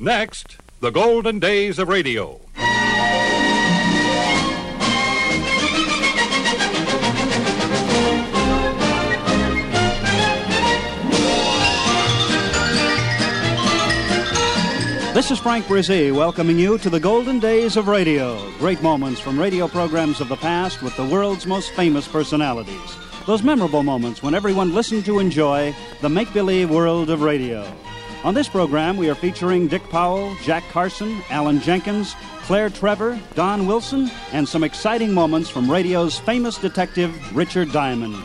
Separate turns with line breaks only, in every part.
Next, the golden days of radio.
This is Frank Brizzi welcoming you to the golden days of radio. Great moments from radio programs of the past with the world's most famous personalities. Those memorable moments when everyone listened to enjoy the make believe world of radio. On this program, we are featuring Dick Powell, Jack Carson, Alan Jenkins, Claire Trevor, Don Wilson, and some exciting moments from radio's famous detective, Richard Diamond.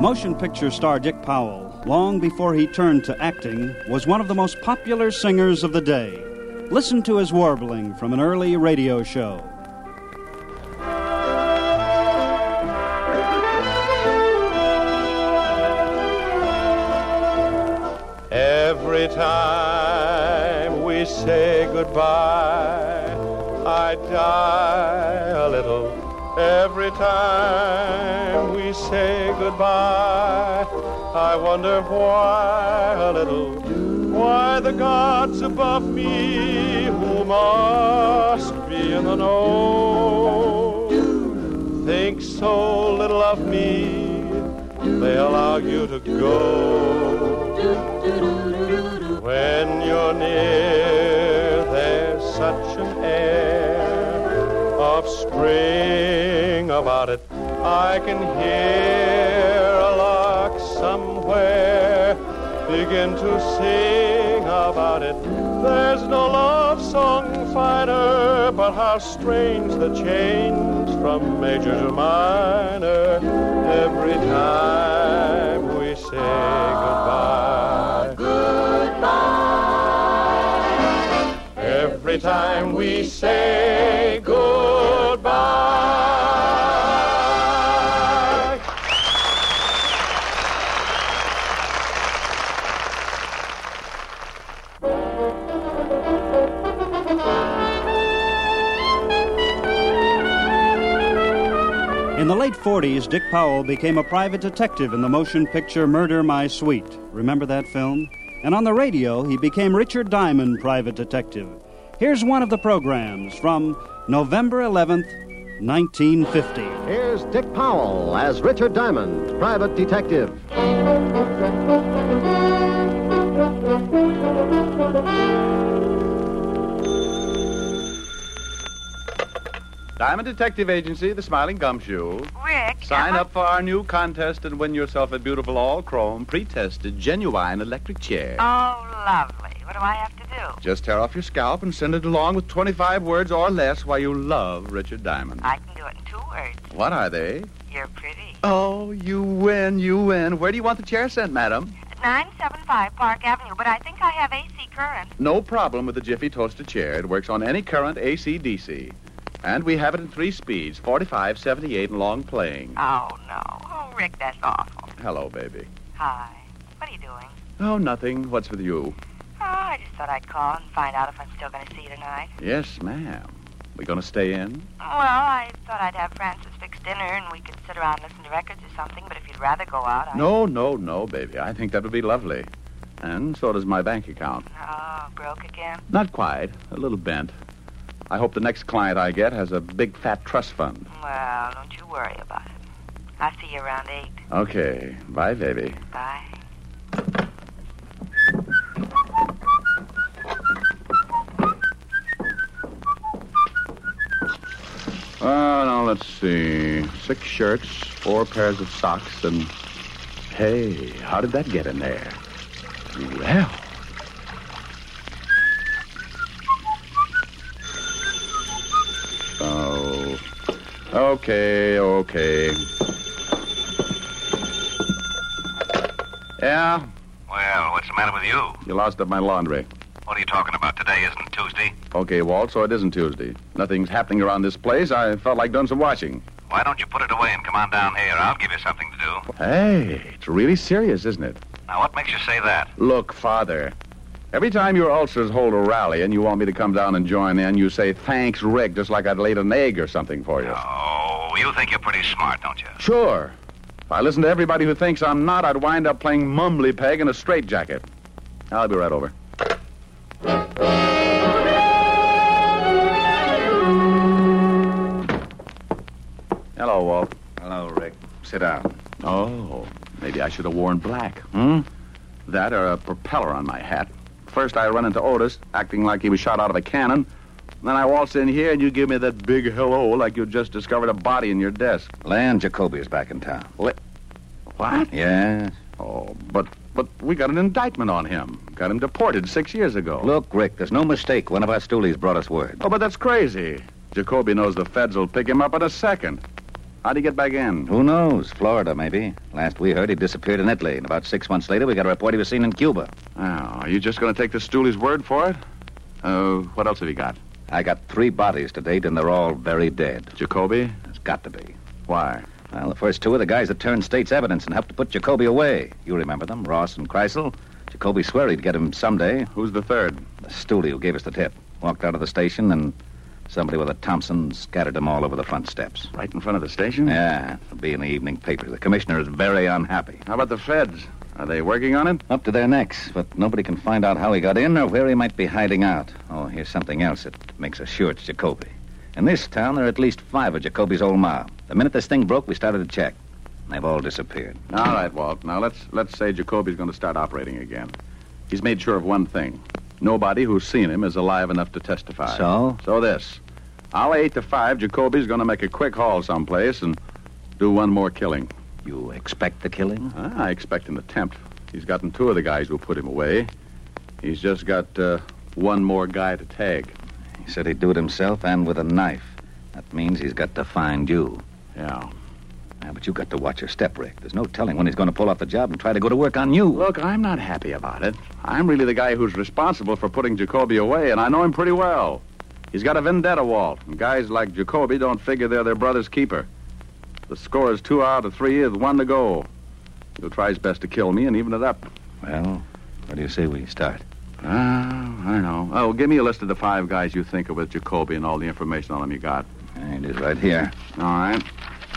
Motion picture star Dick Powell, long before he turned to acting, was one of the most popular singers of the day. Listen to his warbling from an early radio show.
Every time we say goodbye, I die a little. Every time we say goodbye, I wonder why a little. Why the gods above me, who must be in the know, think so little of me, they allow you to go. When you're near, there's such an air of spring about it. I can hear a lark somewhere begin to sing about it. There's no love song finer, but how strange the change from major to minor every time we say goodbye. Every time we say goodbye.
In the late 40s, Dick Powell became a private detective in the motion picture Murder My Sweet. Remember that film? And on the radio, he became Richard Diamond, private detective. Here's one of the programs from November 11th, 1950.
Here's Dick Powell as Richard Diamond, private detective.
Diamond Detective Agency, the Smiling Gumshoe.
Rick.
Sign
am I-
up for our new contest and win yourself a beautiful all chrome, pre tested, genuine electric chair.
Oh, lovely. What do I have to do?
Just tear off your scalp and send it along with 25 words or less why you love Richard Diamond.
I can do it in two words.
What are they?
You're pretty.
Oh, you win, you win. Where do you want the chair sent, madam?
975 Park Avenue, but I think I have AC current.
No problem with the Jiffy Toaster chair. It works on any current AC DC. And we have it in three speeds 45, 78, and long playing.
Oh, no. Oh, Rick, that's awful.
Hello, baby.
Hi. What are you doing?
Oh, nothing. What's with you?
Oh, I just thought I'd call and find out if I'm still going to see you tonight.
Yes, ma'am. We gonna stay in?
Well, I thought I'd have Francis fix dinner and we could sit around and listen to records or something, but if you'd rather go out, I...
No, no, no, baby. I think that would be lovely. And so does my bank account.
Oh, broke again?
Not quite. A little bent. I hope the next client I get has a big fat trust fund.
Well, don't you worry about it. I'll see you around 8.
Okay. Bye, baby.
Bye.
Uh, now let's see. Six shirts, four pairs of socks, and. Hey, how did that get in there? Well. Oh. Okay, okay. Yeah,
Well, what's the matter with you?
you lost up my laundry.
What are you talking about? Today isn't Tuesday.
Okay, Walt, so it isn't Tuesday. Nothing's happening around this place. I felt like doing some washing.
Why don't you put it away and come on down here? I'll give you something to do.
Hey, it's really serious, isn't it?
Now, what makes you say that?
Look, Father. Every time your ulcers hold a rally and you want me to come down and join in, you say, thanks, Rick, just like I'd laid an egg or something for you.
Oh, you think you're pretty smart, don't you?
Sure. If I listened to everybody who thinks I'm not, I'd wind up playing mumbly peg in a straitjacket. I'll be right over. Hello, Walt.
Hello, Rick. Sit down.
Oh, maybe I should have worn black, hmm? That or a propeller on my hat. First, I run into Otis, acting like he was shot out of a cannon. Then I waltz in here, and you give me that big hello like you just discovered a body in your desk.
Land Jacoby is back in town.
What?
Yes.
Oh, but but we got an indictment on him. Got him deported six years ago.
Look, Rick, there's no mistake. One of our stoolies brought us word.
Oh, but that's crazy. Jacoby knows the feds will pick him up in a second. How'd he get back in?
Who knows? Florida, maybe. Last we heard, he disappeared in Italy, and about six months later, we got a report he was seen in Cuba.
Oh, are you just going to take the stoolie's word for it? Uh, what else have you got?
I got three bodies to date, and they're all very dead.
Jacoby?
It's got to be.
Why?
Well, the first two are the guys that turned state's evidence and helped to put Jacoby away. You remember them, Ross and Kreisel. Jacoby swore he'd get him someday.
Who's the third?
The stoolie who gave us the tip walked out of the station, and somebody with a Thompson scattered them all over the front steps.
Right in front of the station?
Yeah, it'll be in the evening paper. The commissioner is very unhappy.
How about the feds? Are they working on it?
Up to their necks, but nobody can find out how he got in or where he might be hiding out. Oh, here's something else that makes us sure it's Jacoby. In this town, there are at least five of Jacoby's old mob. The minute this thing broke, we started to check. They've all disappeared.
All right, Walt. Now let's let's say Jacoby's going to start operating again. He's made sure of one thing: nobody who's seen him is alive enough to testify.
So?
So this, I'll eight to five. Jacoby's going to make a quick haul someplace and do one more killing.
You expect the killing?
Ah, I expect an attempt. He's gotten two of the guys who put him away. He's just got uh, one more guy to tag.
He said he'd do it himself and with a knife. That means he's got to find you.
Yeah.
Now, but you got to watch your step, Rick. There's no telling when he's going to pull off the job and try to go to work on you.
Look, I'm not happy about it. I'm really the guy who's responsible for putting Jacoby away, and I know him pretty well. He's got a vendetta, Walt, and guys like Jacoby don't figure they're their brother's keeper. The score is two out of three with one to go. He'll try his best to kill me and even it up.
Well, what do you say we start?
Ah, I know. Oh, give me a list of the five guys you think are with Jacoby and all the information on them you got.
It is right here.
All right.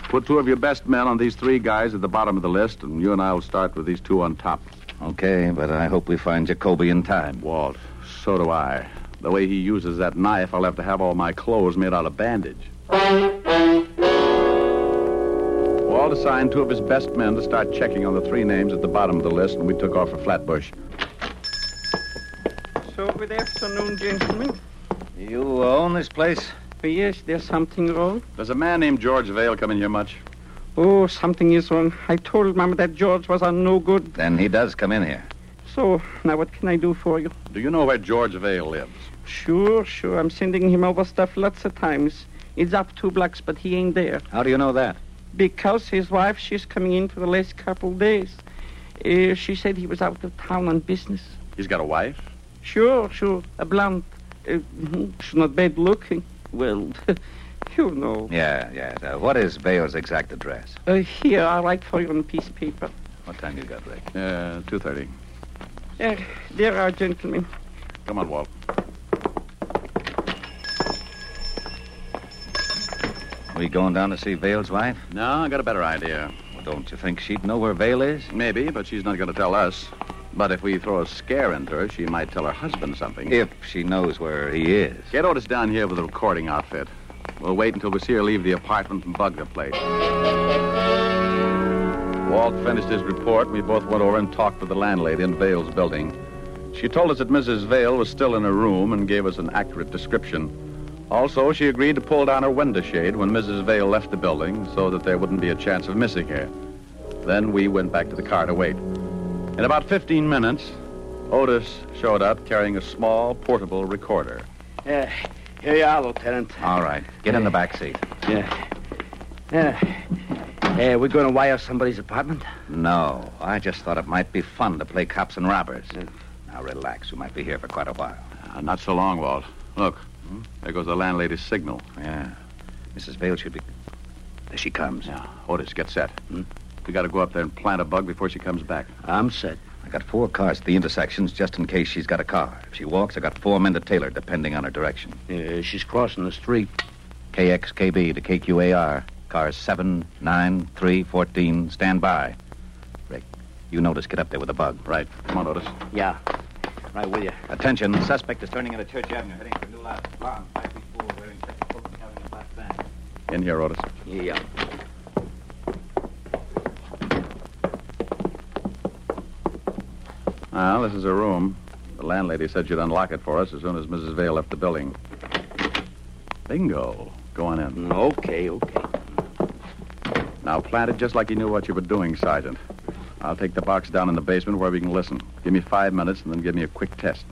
Put two of your best men on these three guys at the bottom of the list, and you and I will start with these two on top.
Okay, but I hope we find Jacoby in time.
Walt, so do I. The way he uses that knife, I'll have to have all my clothes made out of bandage. Walt assigned two of his best men to start checking on the three names at the bottom of the list, and we took off for Flatbush.
So, good afternoon, gentlemen.
You own this place?
Yes, there's something wrong.
Does a man named George Vale come in here much?
Oh, something is wrong. I told Mama that George was a no good.
Then he does come in here.
So, now what can I do for you?
Do you know where George Vale lives?
Sure, sure. I'm sending him over stuff lots of times. It's up two blocks, but he ain't there.
How do you know that?
Because his wife, she's coming in for the last couple days. Uh, she said he was out of town on business.
He's got a wife.
Sure, sure. A blonde. Uh, she's not bad looking. Well, you know.
Yeah, yeah. Uh, what is Vale's exact address?
Uh, here, I'll write for you on piece of paper.
What time you got, Rick?
Yeah, two thirty.
Uh, there are gentlemen.
Come on, Walt.
We going down to see Vale's wife?
No, I got a better idea.
Well, don't you think she'd know where Vale is?
Maybe, but she's not going to tell us. But if we throw a scare into her, she might tell her husband something.
If she knows where he is.
Get Otis down here with the recording outfit. We'll wait until we see her leave the apartment and bug the place. Walt finished his report, and we both went over and talked with the landlady in Vale's building. She told us that Mrs. Vale was still in her room and gave us an accurate description. Also, she agreed to pull down her window shade when Mrs. Vale left the building so that there wouldn't be a chance of missing her. Then we went back to the car to wait. In about 15 minutes, Otis showed up carrying a small portable recorder.
Yeah, Eh, here you are, Lieutenant.
All right. Get in the back seat.
Yeah. Yeah. Hey, Eh, we're going to wire somebody's apartment?
No, I just thought it might be fun to play cops and robbers. Now relax. You might be here for quite a while. Hmm?
Uh, not so long, Walt. Look, there goes the landlady's signal.
Yeah. Mrs. Vale should be. There she comes. Hmm?
Yeah. Otis, get set. We got to go up there and plant a bug before she comes back.
I'm set.
I got four cars at the intersections just in case she's got a car. If she walks, I got four men to tailor, depending on her direction.
Yeah, she's crossing the street.
KXKB to KQAR. Cars 7, 9, 3, 14, stand by. Rick, you notice get up there with the bug. Right. Come on, Otis.
Yeah. Right with you.
Attention, suspect is turning into Church Avenue, heading for New Lot. Blonde, five feet four, wearing thick coat and having a black bag.
In here, Otis.
Yeah.
Well, this is her room. The landlady said she'd unlock it for us as soon as Mrs. Vale left the building. Bingo. Go on in.
Mm,
Okay, okay.
Now, plant it just like you knew what you were doing, Sergeant. I'll take the box down in the basement where we can listen. Give me five minutes and then give me a quick test.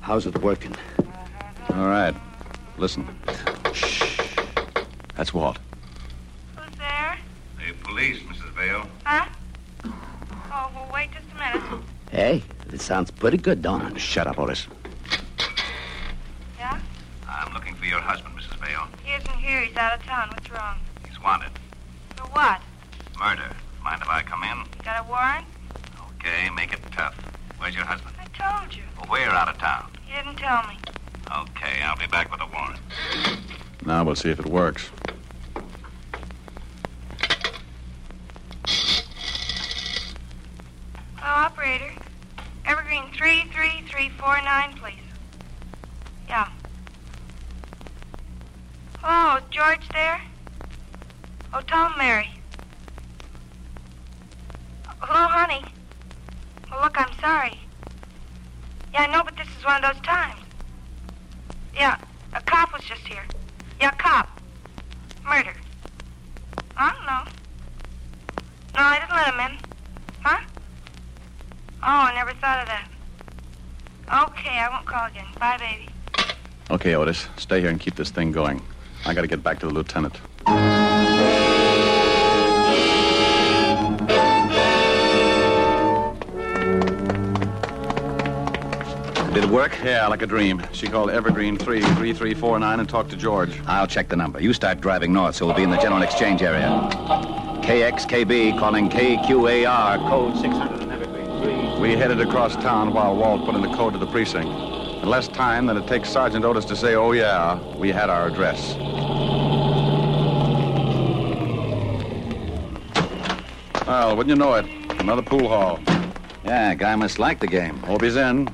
How's it working?
All right. Listen. Shh. That's Walt.
Who's there?
Hey, police, Mrs. Vale.
Huh? Oh, well, wait just a minute.
Hey, it sounds pretty good, don't it?
Shut up, Otis.
Yeah?
I'm looking for your husband, Mrs. Vale.
He isn't here. He's out of town. What's wrong?
He's wanted.
For what?
Murder. Mind if I come in?
You got a warrant?
Okay, make it tough. Where's your husband?
I told you.
Well, we're out of town.
You didn't tell me.
Okay, I'll be back with a warrant.
Now we'll see if it works.
Hello, Uh, operator. Evergreen 33349, please. Yeah. Hello, is George there? Oh, Tom Mary. Hello, honey. Well, look, I'm sorry. Yeah, I know, but this is one of those times. Yeah, a cop was just here. Yeah, cop. Murder. I don't know. No, I didn't let him in. Huh? Oh, I never thought of that. Okay, I won't call again. Bye, baby.
Okay, Otis. Stay here and keep this thing going. I gotta get back to the lieutenant.
Did it work?
Yeah, like a dream. She called Evergreen 33349 and talked to George.
I'll check the number. You start driving north, so we'll be in the general exchange area. KXKB calling KQAR, code 600 and Evergreen 3.
We headed across town while Walt put in the code to the precinct. In less time than it takes Sergeant Otis to say, oh, yeah, we had our address. Well, wouldn't you know it? Another pool hall.
Yeah, guy must like the game.
Hope he's in.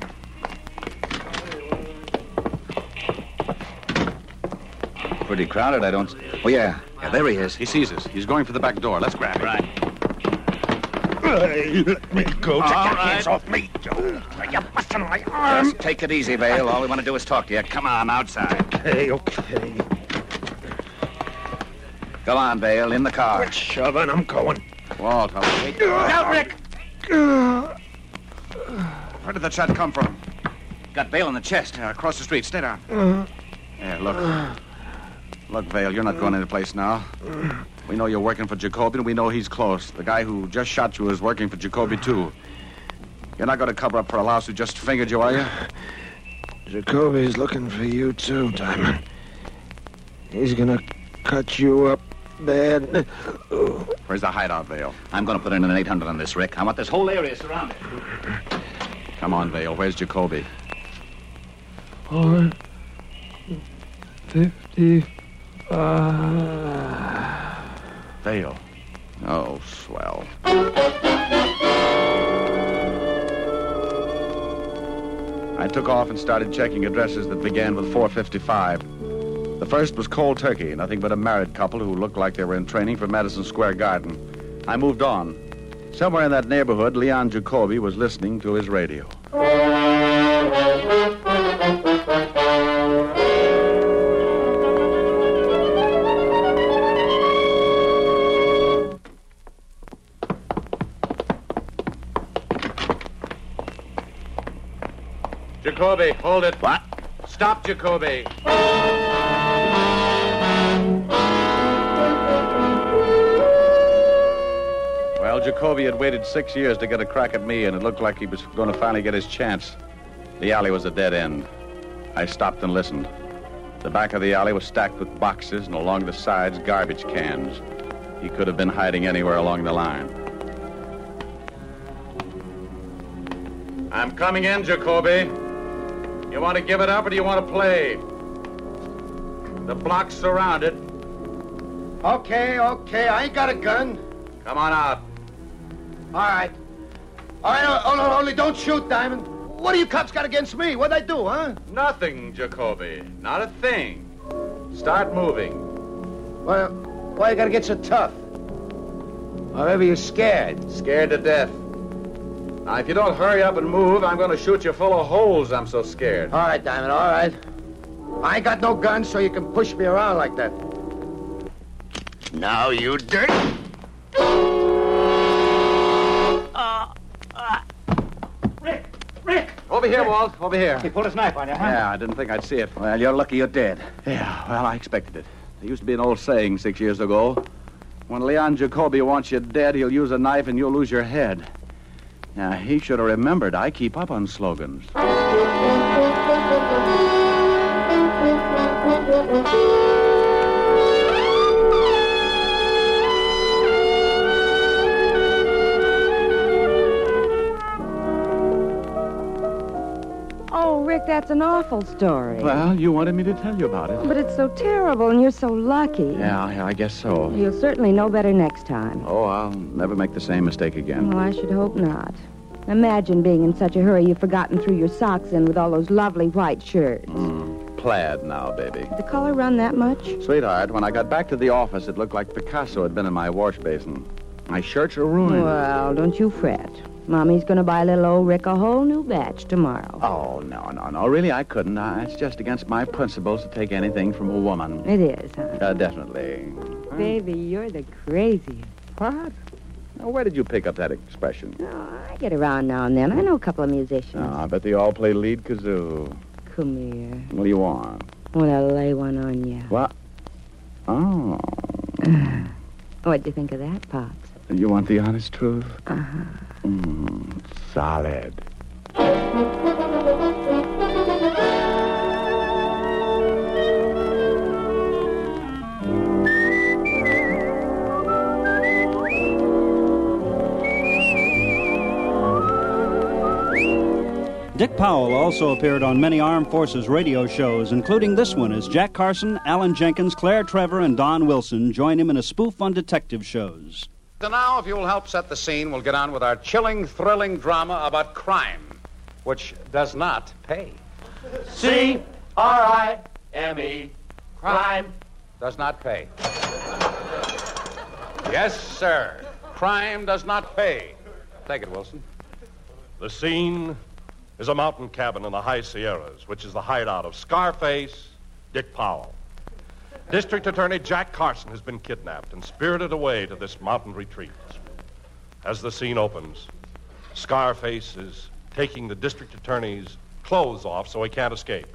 Pretty crowded, I don't. Oh, yeah. Yeah, there he is.
He sees us. He's going for the back door. Let's grab him. Right.
Go take your hands off me. You're busting my arm. Just take it easy, Vale. All we want to do is talk to you. Come on, outside. Okay, okay. Go on, Vale, in the car.
Walt, help me.
Out, Rick! Uh,
Where did the shot come from?
Got Vale in the chest.
across the street. Stay down.
uh,
Yeah, look. Look, Vale, you're not going any place now.
uh.
We know you're working for Jacoby, and we know he's close. The guy who just shot you is working for Jacoby, too. You're not going to cover up for a louse who just fingered you, are you?
Jacoby's looking for you too, Diamond. He's gonna cut you up bad.
Where's the hideout, Vale?
I'm going to put in an 800 on this, Rick. I want this whole area surrounded.
Come on, Vale. Where's Jacoby?
Or fifty-five.
Vale. Oh, swell. I took off and started checking addresses that began with 455. The first was Cold Turkey, nothing but a married couple who looked like they were in training for Madison Square Garden. I moved on. Somewhere in that neighborhood, Leon Jacoby was listening to his radio.
Jacoby, hold it.
What?
Stop, Jacoby.
Well, Jacoby had waited six years to get a crack at me, and it looked like he was going to finally get his chance. The alley was a dead end. I stopped and listened. The back of the alley was stacked with boxes, and along the sides, garbage cans. He could have been hiding anywhere along the line. I'm coming in, Jacoby. You want to give it up or do you want to play? The block's surrounded.
Okay, okay. I ain't got a gun.
Come on out.
All right. All right, o- o- o- only don't shoot, Diamond. What do you cops got against me? What'd I do, huh?
Nothing, Jacoby. Not a thing. Start moving.
Why, why you gotta get so tough? Or maybe you're scared.
Scared to death. Now, if you don't hurry up and move, I'm going to shoot you full of holes. I'm so scared.
All right, Diamond, all right. I ain't got no gun, so you can push me around like that. Now you dirty.
Over here, Walt. Over here.
He pulled his knife on you,
Yeah, I didn't think I'd see it.
Well, you're lucky you're dead.
Yeah, well, I expected it. There used to be an old saying six years ago. When Leon Jacoby wants you dead, he'll use a knife and you'll lose your head. Now, he should have remembered I keep up on slogans.
Oh, Rick, that's an awful story.
Well, you wanted me to tell you about it.
But it's so terrible, and you're so lucky.
Yeah, I, I guess so.
You'll certainly know better next time.
Oh, I'll never make the same mistake again.
Well, I should hope not. Imagine being in such a hurry you've forgotten threw your socks in with all those lovely white shirts.
Plaid now, baby.
The color run that much?
Sweetheart, when I got back to the office, it looked like Picasso had been in my wash basin. My shirts are ruined.
Well, don't you fret. Mommy's going to buy little old Rick a whole new batch tomorrow.
Oh, no, no, no. Really, I couldn't. I, it's just against my principles to take anything from a woman.
It is, huh?
Uh, definitely.
Baby, you're the craziest.
What? Now, where did you pick up that expression?
Oh, I get around now and then. I know a couple of musicians.
No, I bet they all play lead kazoo.
Come here.
What do you want?
Want to lay one on you.
Oh,
What'd you think of that, Pop?
you want the honest truth?
Uh-huh.
Mm, solid.
Dick Powell also appeared on many armed forces radio shows, including this one, as Jack Carson, Alan Jenkins, Claire Trevor, and Don Wilson join him in a spoof on detective shows.
And now, if you'll help set the scene, we'll get on with our chilling, thrilling drama about crime, which does not pay.
C R I M E. Crime.
Does not pay. Yes, sir. Crime does not pay. Take it, Wilson.
The scene is a mountain cabin in the high Sierras, which is the hideout of Scarface Dick Powell. District Attorney Jack Carson has been kidnapped and spirited away to this mountain retreat. As the scene opens, Scarface is taking the district attorney's clothes off so he can't escape.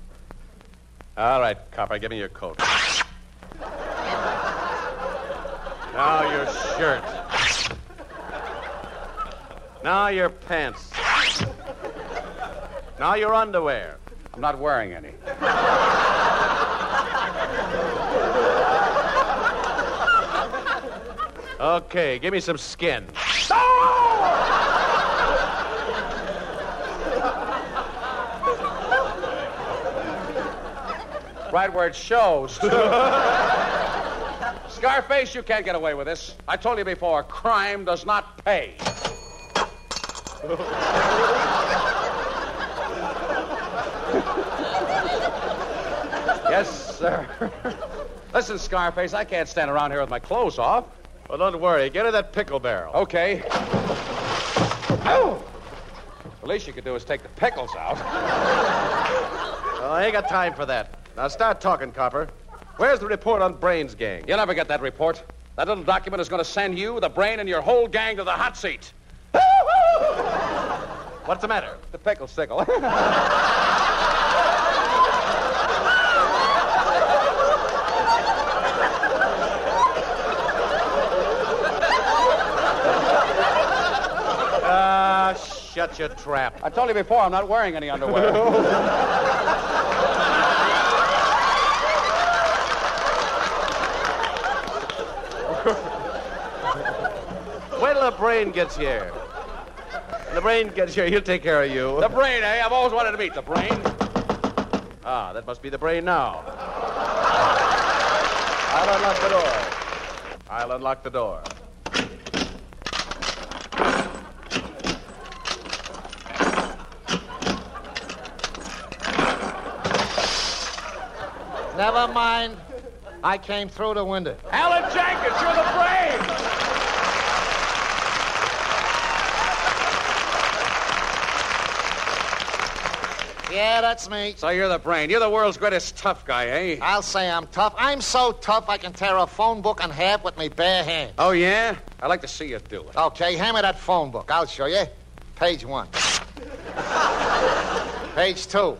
All right, copper, give me your coat. Now your shirt. Now your pants. Now your underwear.
I'm not wearing any.
Okay, give me some skin.
Right where it shows. too. Scarface, you can't get away with this. I told you before, crime does not pay. yes, sir. Listen, Scarface, I can't stand around here with my clothes off. Well, don't worry. Get in that pickle barrel. Okay. Oh! The least you could do is take the pickles out.
Oh, I ain't got time for that. Now start talking, Copper. Where's the report on Brains Gang?
You'll never get that report. That little document is going to send you, the brain, and your whole gang to the hot seat.
What's the matter?
The pickle sickle.
Ah, shut your trap.
I told you before, I'm not wearing any underwear.
Wait till the brain gets here. When the brain gets here, he'll take care of you.
the brain, eh? I've always wanted to meet the brain.
Ah, that must be the brain now. I'll unlock the door. I'll unlock the door.
Never mind. I came through the window.
Alan Jenkins, you're the brain.
Yeah, that's me.
So you're the brain. You're the world's greatest tough guy, eh?
I'll say I'm tough. I'm so tough I can tear a phone book in half with my bare hand.
Oh, yeah? I'd like to see you do it.
Okay, hand me that phone book. I'll show you. Page one. Page two.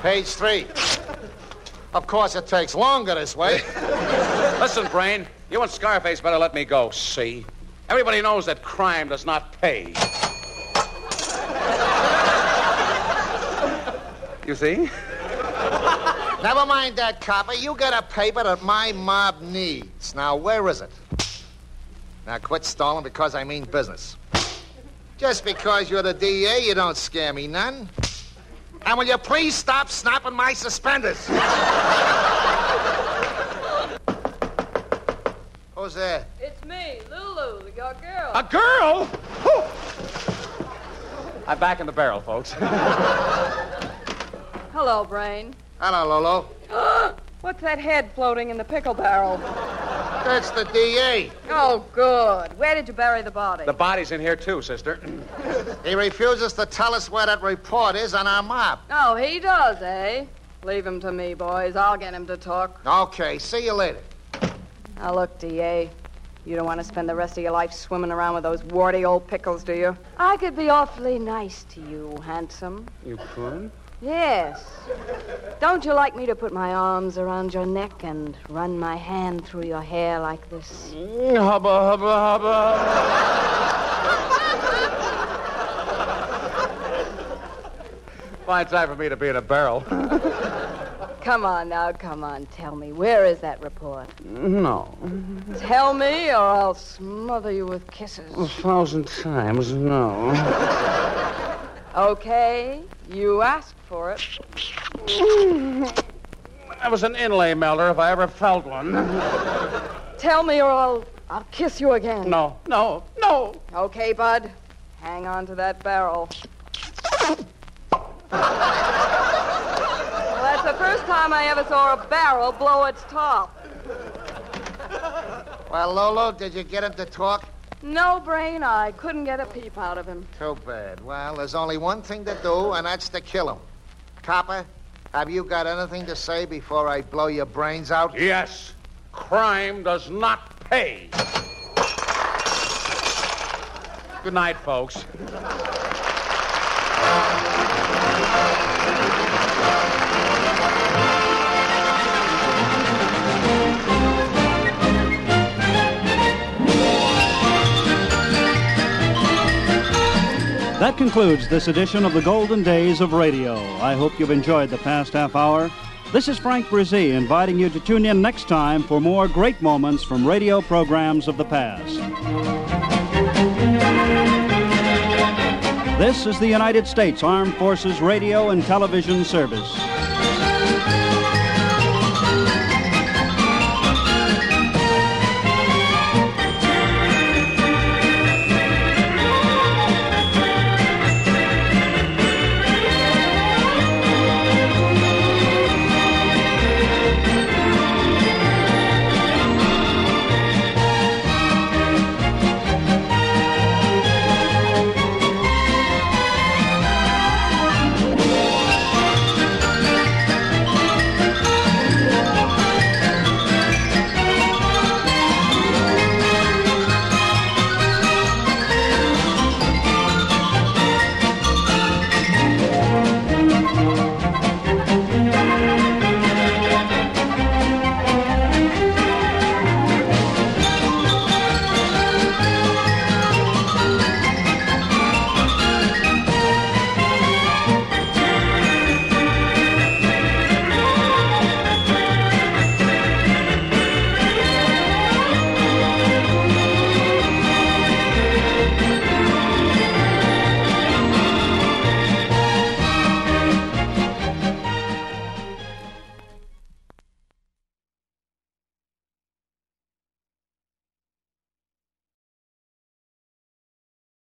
Page three. Of course, it takes longer this way.
Listen, brain, you and Scarface better let me go, see? Everybody knows that crime does not pay. You see?
Never mind that, copper. You got a paper that my mob needs. Now, where is it? Now, quit stalling because I mean business. Just because you're the DA, you don't scare me none. And will you please stop snapping my suspenders? Who's there?
It's me, Lulu, your girl.
A girl? I'm back in the barrel, folks.
Hello, Brain.
Hello, Lolo.
What's that head floating in the pickle barrel?
That's the DA.
Oh, good. Where did you bury the body?
the body's in here, too, sister.
He refuses to tell us where that report is on our mob.
Oh, he does, eh? Leave him to me, boys. I'll get him to talk.
Okay, see you later.
Now, look, D.A., you don't want to spend the rest of your life swimming around with those warty old pickles, do you? I could be awfully nice to you, handsome.
You could?
Yes. Don't you like me to put my arms around your neck and run my hand through your hair like this?
Mm, Hubba, hubba, hubba.
Fine time for me to be in a barrel.
Come on now, come on. Tell me, where is that report?
No.
Tell me, or I'll smother you with kisses.
A thousand times no.
Okay, you asked for it.
That was an inlay melder if I ever felt one.
Tell me, or I'll I'll kiss you again.
No, no, no.
Okay, bud. Hang on to that barrel. well, that's the first time I ever saw a barrel blow its top.
Well, Lolo, did you get him to talk?
No brain, I couldn't get a peep out of him.
Too bad. Well, there's only one thing to do, and that's to kill him. Copper, have you got anything to say before I blow your brains out?
Yes. Crime does not pay. Good night, folks.
That concludes this edition of the Golden Days of Radio. I hope you've enjoyed the past half hour. This is Frank Brzee inviting you to tune in next time for more great moments from radio programs of the past. This is the United States Armed Forces Radio and Television Service.